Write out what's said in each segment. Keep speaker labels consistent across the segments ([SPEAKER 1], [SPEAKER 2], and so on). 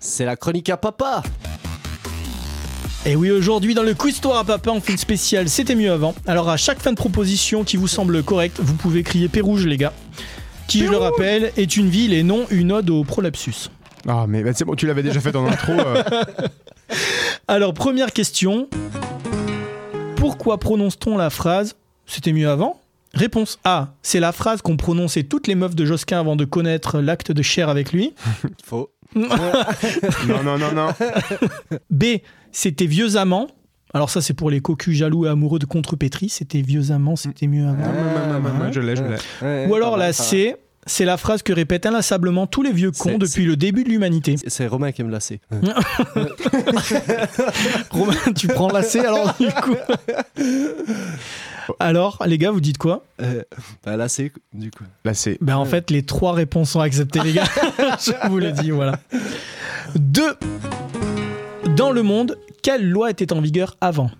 [SPEAKER 1] c'est la chronique à papa.
[SPEAKER 2] Et oui, aujourd'hui, dans le quiz Histoire à Papa, on fait une spéciale C'était mieux avant. Alors, à chaque fin de proposition qui vous semble correcte, vous pouvez crier Pérouge, les gars. Qui, je le rappelle, est une ville et non une ode au prolapsus.
[SPEAKER 3] Ah, mais bah, c'est bon, tu l'avais déjà fait dans l'intro. euh.
[SPEAKER 2] Alors, première question. Pourquoi prononce-t-on la phrase C'était mieux avant Réponse A. C'est la phrase qu'ont prononcée toutes les meufs de Josquin avant de connaître l'acte de chair avec lui.
[SPEAKER 1] Faux.
[SPEAKER 3] Non, non, non, non.
[SPEAKER 2] B. C'était vieux amants. Alors ça, c'est pour les cocus jaloux et amoureux de Contrepétri. C'était vieux amants, c'était mieux avant. Ah.
[SPEAKER 3] Ouais, Je l'ai, je l'ai.
[SPEAKER 2] Ou alors
[SPEAKER 1] Ah.
[SPEAKER 2] la C. C'est la phrase que répètent inlassablement tous les vieux
[SPEAKER 1] C'est-
[SPEAKER 2] cons depuis le début de l'humanité.
[SPEAKER 1] C'est Romain qui aime la C.
[SPEAKER 2] Romain, tu prends la C alors du coup. Alors, les gars, vous dites quoi
[SPEAKER 1] Euh, bah, la C, du coup.
[SPEAKER 3] Là, c'est.
[SPEAKER 2] Ben en fait, les trois réponses sont acceptées, les gars. Je vous le dis, voilà. Deux. Dans le monde, quelle loi était en vigueur avant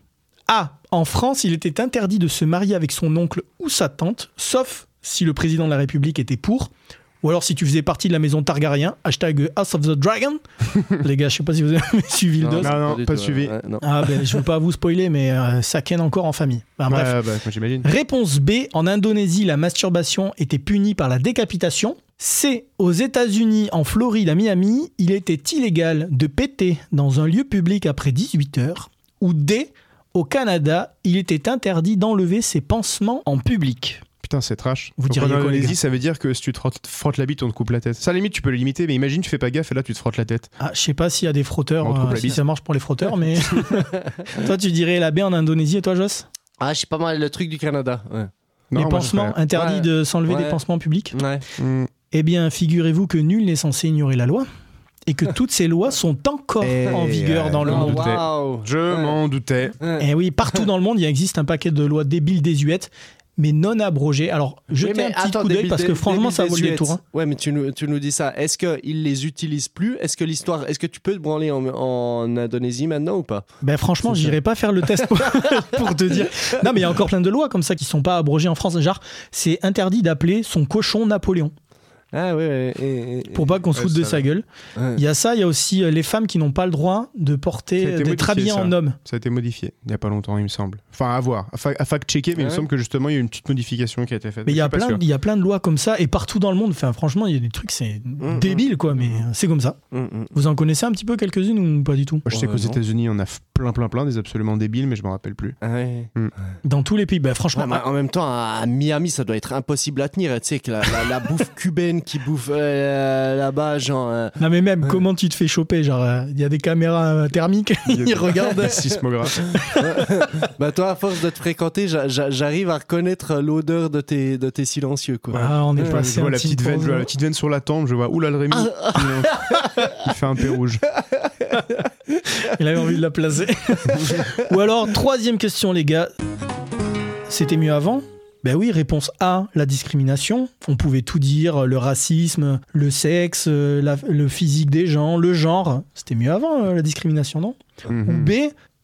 [SPEAKER 2] A. En France, il était interdit de se marier avec son oncle ou sa tante, sauf si le président de la République était pour, ou alors si tu faisais partie de la maison Targaryen, hashtag House of the Dragon. les gars, je sais pas si vous avez suivi le
[SPEAKER 1] Non,
[SPEAKER 2] dos.
[SPEAKER 3] non, non,
[SPEAKER 1] du
[SPEAKER 3] pas
[SPEAKER 1] tout,
[SPEAKER 3] suivi.
[SPEAKER 1] ouais, non.
[SPEAKER 2] Ah ben, je veux pas vous spoiler, mais euh, ça ken encore en famille. Enfin, Ah, bref.
[SPEAKER 3] Ouais, bah, moi, j'imagine.
[SPEAKER 2] Réponse B, en Indonésie, la masturbation était punie par la décapitation. C, aux États-Unis, en Floride, à Miami, il était illégal de péter dans un lieu public après 18 heures. Ou D, au Canada, il était interdit d'enlever ses pansements en public.
[SPEAKER 3] Putain, c'est trash.
[SPEAKER 2] Vous
[SPEAKER 3] Donc,
[SPEAKER 2] diriez
[SPEAKER 3] en
[SPEAKER 2] quoi, les
[SPEAKER 3] Indonésie,
[SPEAKER 2] gars
[SPEAKER 3] ça veut dire que si tu te frottes- frottes la bite, on te coupe la tête. Ça, à la limite, tu peux le limiter, mais imagine, tu fais pas gaffe et là, tu te frottes la tête.
[SPEAKER 2] Ah, je sais pas s'il y a des frotteurs,
[SPEAKER 3] On trouve
[SPEAKER 2] euh,
[SPEAKER 3] la
[SPEAKER 2] si
[SPEAKER 3] liste.
[SPEAKER 2] ça marche pour les frotteurs, mais toi tu dirais la B en Indonésie et toi Joss
[SPEAKER 1] Ah, je sais pas mal le truc du Canada. Ouais.
[SPEAKER 3] Non,
[SPEAKER 2] Les
[SPEAKER 3] moi, je
[SPEAKER 2] pansements, interdit
[SPEAKER 1] Ouais.
[SPEAKER 2] de s'enlever
[SPEAKER 1] Ouais.
[SPEAKER 2] des pansements en public
[SPEAKER 1] Ouais.
[SPEAKER 3] ferais- Hmm.
[SPEAKER 2] Eh bien, figurez-vous que nul n'est censé ignorer la loi et que toutes ces lois sont encore
[SPEAKER 3] Eh,
[SPEAKER 2] en vigueur
[SPEAKER 3] euh,
[SPEAKER 2] dans le
[SPEAKER 3] non.
[SPEAKER 2] monde.
[SPEAKER 3] doutais.
[SPEAKER 1] Ah, Waouh.
[SPEAKER 3] Je
[SPEAKER 1] Ouais.
[SPEAKER 3] m'en doutais.
[SPEAKER 1] Ouais.
[SPEAKER 2] Et oui, partout dans le monde, il existe un paquet de lois débiles, désuètes, mais non abrogées. Alors, Eh, jetez
[SPEAKER 1] Oui, mais
[SPEAKER 2] un petit
[SPEAKER 1] attends,
[SPEAKER 2] coup d'œil
[SPEAKER 1] débile
[SPEAKER 2] parce
[SPEAKER 1] des-
[SPEAKER 2] que franchement,
[SPEAKER 1] débile
[SPEAKER 2] ça
[SPEAKER 1] des
[SPEAKER 2] vaut le détour. hein.
[SPEAKER 1] Suèdes. Ouais, mais tu nous, tu nous dis ça. Est-ce qu'ils les utilisent plus Est-ce que l'histoire. Est-ce que tu peux te branler en, en Indonésie maintenant ou pas
[SPEAKER 2] hein. Ben franchement,
[SPEAKER 1] C'est ça.
[SPEAKER 2] j'irai pas faire le test pour, pour te dire. Non, mais il y a encore plein de lois comme ça qui sont pas abrogées en France. Genre, c'est interdit d'appeler son cochon Napoléon
[SPEAKER 1] Ah ouais, ouais. et- et-
[SPEAKER 2] pour pas qu'on se
[SPEAKER 3] Ouais,
[SPEAKER 2] foute de
[SPEAKER 3] ça,
[SPEAKER 2] sa
[SPEAKER 3] là.
[SPEAKER 2] gueule.
[SPEAKER 1] ouais.
[SPEAKER 2] Il y a ça, il y a aussi euh, les femmes qui n'ont pas le droit de porter,
[SPEAKER 3] Ça a été
[SPEAKER 2] d'être
[SPEAKER 3] modifié,
[SPEAKER 2] habillées
[SPEAKER 3] ça.
[SPEAKER 2] en homme.
[SPEAKER 3] Ça a été modifié il y a pas longtemps, il me semble. Enfin, à voir. À, fa- à fact-checker,
[SPEAKER 1] Ouais.
[SPEAKER 3] mais il me semble que justement, il y a eu une petite modification qui a été faite.
[SPEAKER 2] Mais il y,
[SPEAKER 3] Je
[SPEAKER 2] a
[SPEAKER 3] suis pas
[SPEAKER 2] plein,
[SPEAKER 3] sûr.
[SPEAKER 2] il y a plein de lois comme ça, et partout dans le monde. Enfin, franchement, il y a des trucs, c'est
[SPEAKER 1] Mm,
[SPEAKER 2] débile, quoi, mais euh, c'est comme ça.
[SPEAKER 1] Hum, hum.
[SPEAKER 2] Vous en connaissez un petit peu quelques-unes ou pas du tout
[SPEAKER 3] Moi, je sais
[SPEAKER 1] Ouais,
[SPEAKER 3] qu'aux
[SPEAKER 1] non.
[SPEAKER 3] États-Unis, on a f- plein, plein, plein des absolument débiles, mais je m'en rappelle plus.
[SPEAKER 1] Ah ouais.
[SPEAKER 2] Dans tous les pays, bah, franchement,
[SPEAKER 1] Ouais, mais en même temps, à Miami, ça doit être impossible à tenir. Tu sais, que la, la- la bouffe cubaine qui bouffe euh, là-bas, genre. euh,
[SPEAKER 2] ah, Non mais même comment tu te fais choper genre il y a des caméras euh, thermiques
[SPEAKER 3] Il
[SPEAKER 1] regarde.
[SPEAKER 3] Sismographe.
[SPEAKER 1] Bah, toi, à force de te fréquenter, j'a- j'a- j'arrive à reconnaître l'odeur de tes, de tes silencieux, quoi.
[SPEAKER 2] ah, on est
[SPEAKER 1] Ouais,
[SPEAKER 2] passé
[SPEAKER 3] Je
[SPEAKER 2] un
[SPEAKER 3] vois la
[SPEAKER 2] petit
[SPEAKER 3] petite veine, je vois la petite veine sur la tempe, je vois. Oula, le Rémi. Il fait un peu rouge.
[SPEAKER 2] il avait envie de la placer ou alors troisième question les gars c'était mieux avant ben oui, réponse A, la discrimination. On pouvait tout dire, le racisme, le sexe, euh, la- le physique des gens, le genre. C'était mieux avant, euh, la discrimination, non Ou
[SPEAKER 3] Mhm.
[SPEAKER 2] B,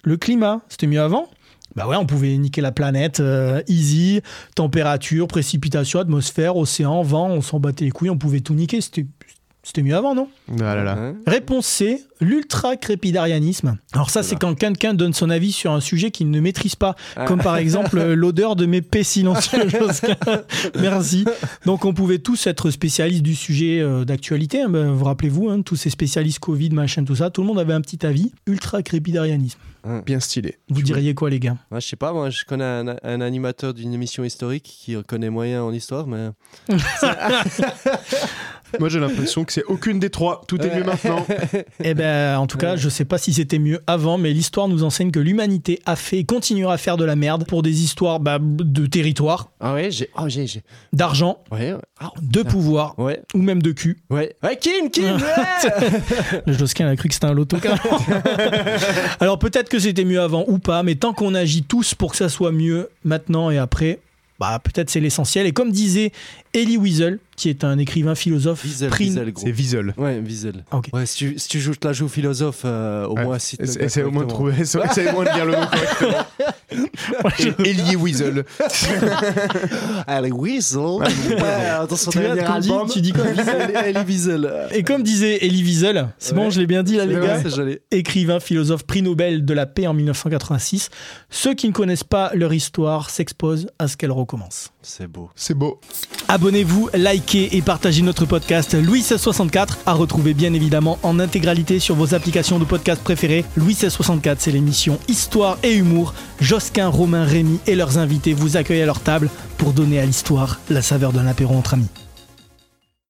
[SPEAKER 2] le climat, c'était mieux avant Bah ouais, on pouvait niquer la planète, euh, easy, température, précipitation, atmosphère, océan, vent, on s'en battait les couilles, on pouvait tout niquer, c'était c'était mieux avant, non
[SPEAKER 3] Ah là là.
[SPEAKER 1] Hein
[SPEAKER 2] Réponse C, l'ultra-crépidarianisme. Alors ça, c'est quand quelqu'un donne son avis sur un sujet qu'il ne maîtrise pas,
[SPEAKER 1] Ah.
[SPEAKER 2] comme par exemple euh, l'odeur de mes paix silencieux. Josquin. Merci. Donc on pouvait tous être spécialistes du sujet euh, d'actualité, hein, ben, vous rappelez-vous, hein, tous ces spécialistes Covid, machin, tout ça, tout le monde avait un petit avis, ultra-crépidarianisme.
[SPEAKER 3] Bien stylé.
[SPEAKER 2] Vous diriez quoi, les gars
[SPEAKER 1] Ouais, je sais pas, moi, je connais un, un animateur d'une émission historique qui connaît moyen en histoire, mais.
[SPEAKER 3] Moi, j'ai l'impression que c'est aucune des trois. Tout est mieux maintenant.
[SPEAKER 2] Eh ben, en tout cas, je sais pas si c'était mieux avant, mais l'histoire nous enseigne que l'humanité a fait et continuera à faire de la merde pour des histoires bah, de territoire,
[SPEAKER 1] Ah ouais, j'ai. Ah, j'ai. j'ai-
[SPEAKER 2] d'argent,
[SPEAKER 1] Ouais, ouais. Ah,
[SPEAKER 2] de pouvoir
[SPEAKER 1] ouais.
[SPEAKER 2] ou même de cul.
[SPEAKER 1] Ouais. Ouais, Kim, Kim, ouais
[SPEAKER 2] Le Josquin a cru que c'était un loto. carrément. Alors peut-être que c'était mieux avant ou pas, mais tant qu'on agit tous pour que ça soit mieux maintenant et après, bah peut-être c'est l'essentiel. Et comme disait Ellie Weasel, qui est un écrivain philosophe.
[SPEAKER 1] Wiesel,
[SPEAKER 2] pris-
[SPEAKER 1] Wiesel, gros.
[SPEAKER 3] C'est Wiesel.
[SPEAKER 1] Ouais, Wiesel.
[SPEAKER 2] Ah, ok.
[SPEAKER 1] Ouais, si tu, si tu joues, te la joues philosophe, euh, au
[SPEAKER 3] Ouais.
[SPEAKER 1] moins si
[SPEAKER 3] Essa- Essaye au moins de trouver, essaye au moins de dire le nom correctement. Elie Weasel.
[SPEAKER 1] Allez, Wiesel. Ouais, dans son
[SPEAKER 2] Tu vois,
[SPEAKER 1] dernier
[SPEAKER 2] tu dis-
[SPEAKER 1] album.
[SPEAKER 2] tu dis quoi,
[SPEAKER 1] Wiesel Elle est Wiesel.
[SPEAKER 2] Et comme disait Elie Wiesel, c'est
[SPEAKER 1] Ouais.
[SPEAKER 2] bon, je l'ai bien dit là, les
[SPEAKER 1] Ouais,
[SPEAKER 2] gars.
[SPEAKER 1] c'est joli.
[SPEAKER 2] écrivain, philosophe, prix Nobel de la paix en 1986. Ceux qui ne connaissent pas leur histoire s'exposent à ce qu'elle recommence.
[SPEAKER 1] C'est beau.
[SPEAKER 3] C'est beau.
[SPEAKER 2] Abonnez-vous, likez et partagez notre podcast Louis 1664 à retrouver bien évidemment en intégralité sur vos applications de podcast préférées. Louis 1664, c'est l'émission Histoire et Humour. Josquin, Romain, Rémy et leurs invités vous accueillent à leur table pour donner à l'histoire la saveur d'un apéro entre amis.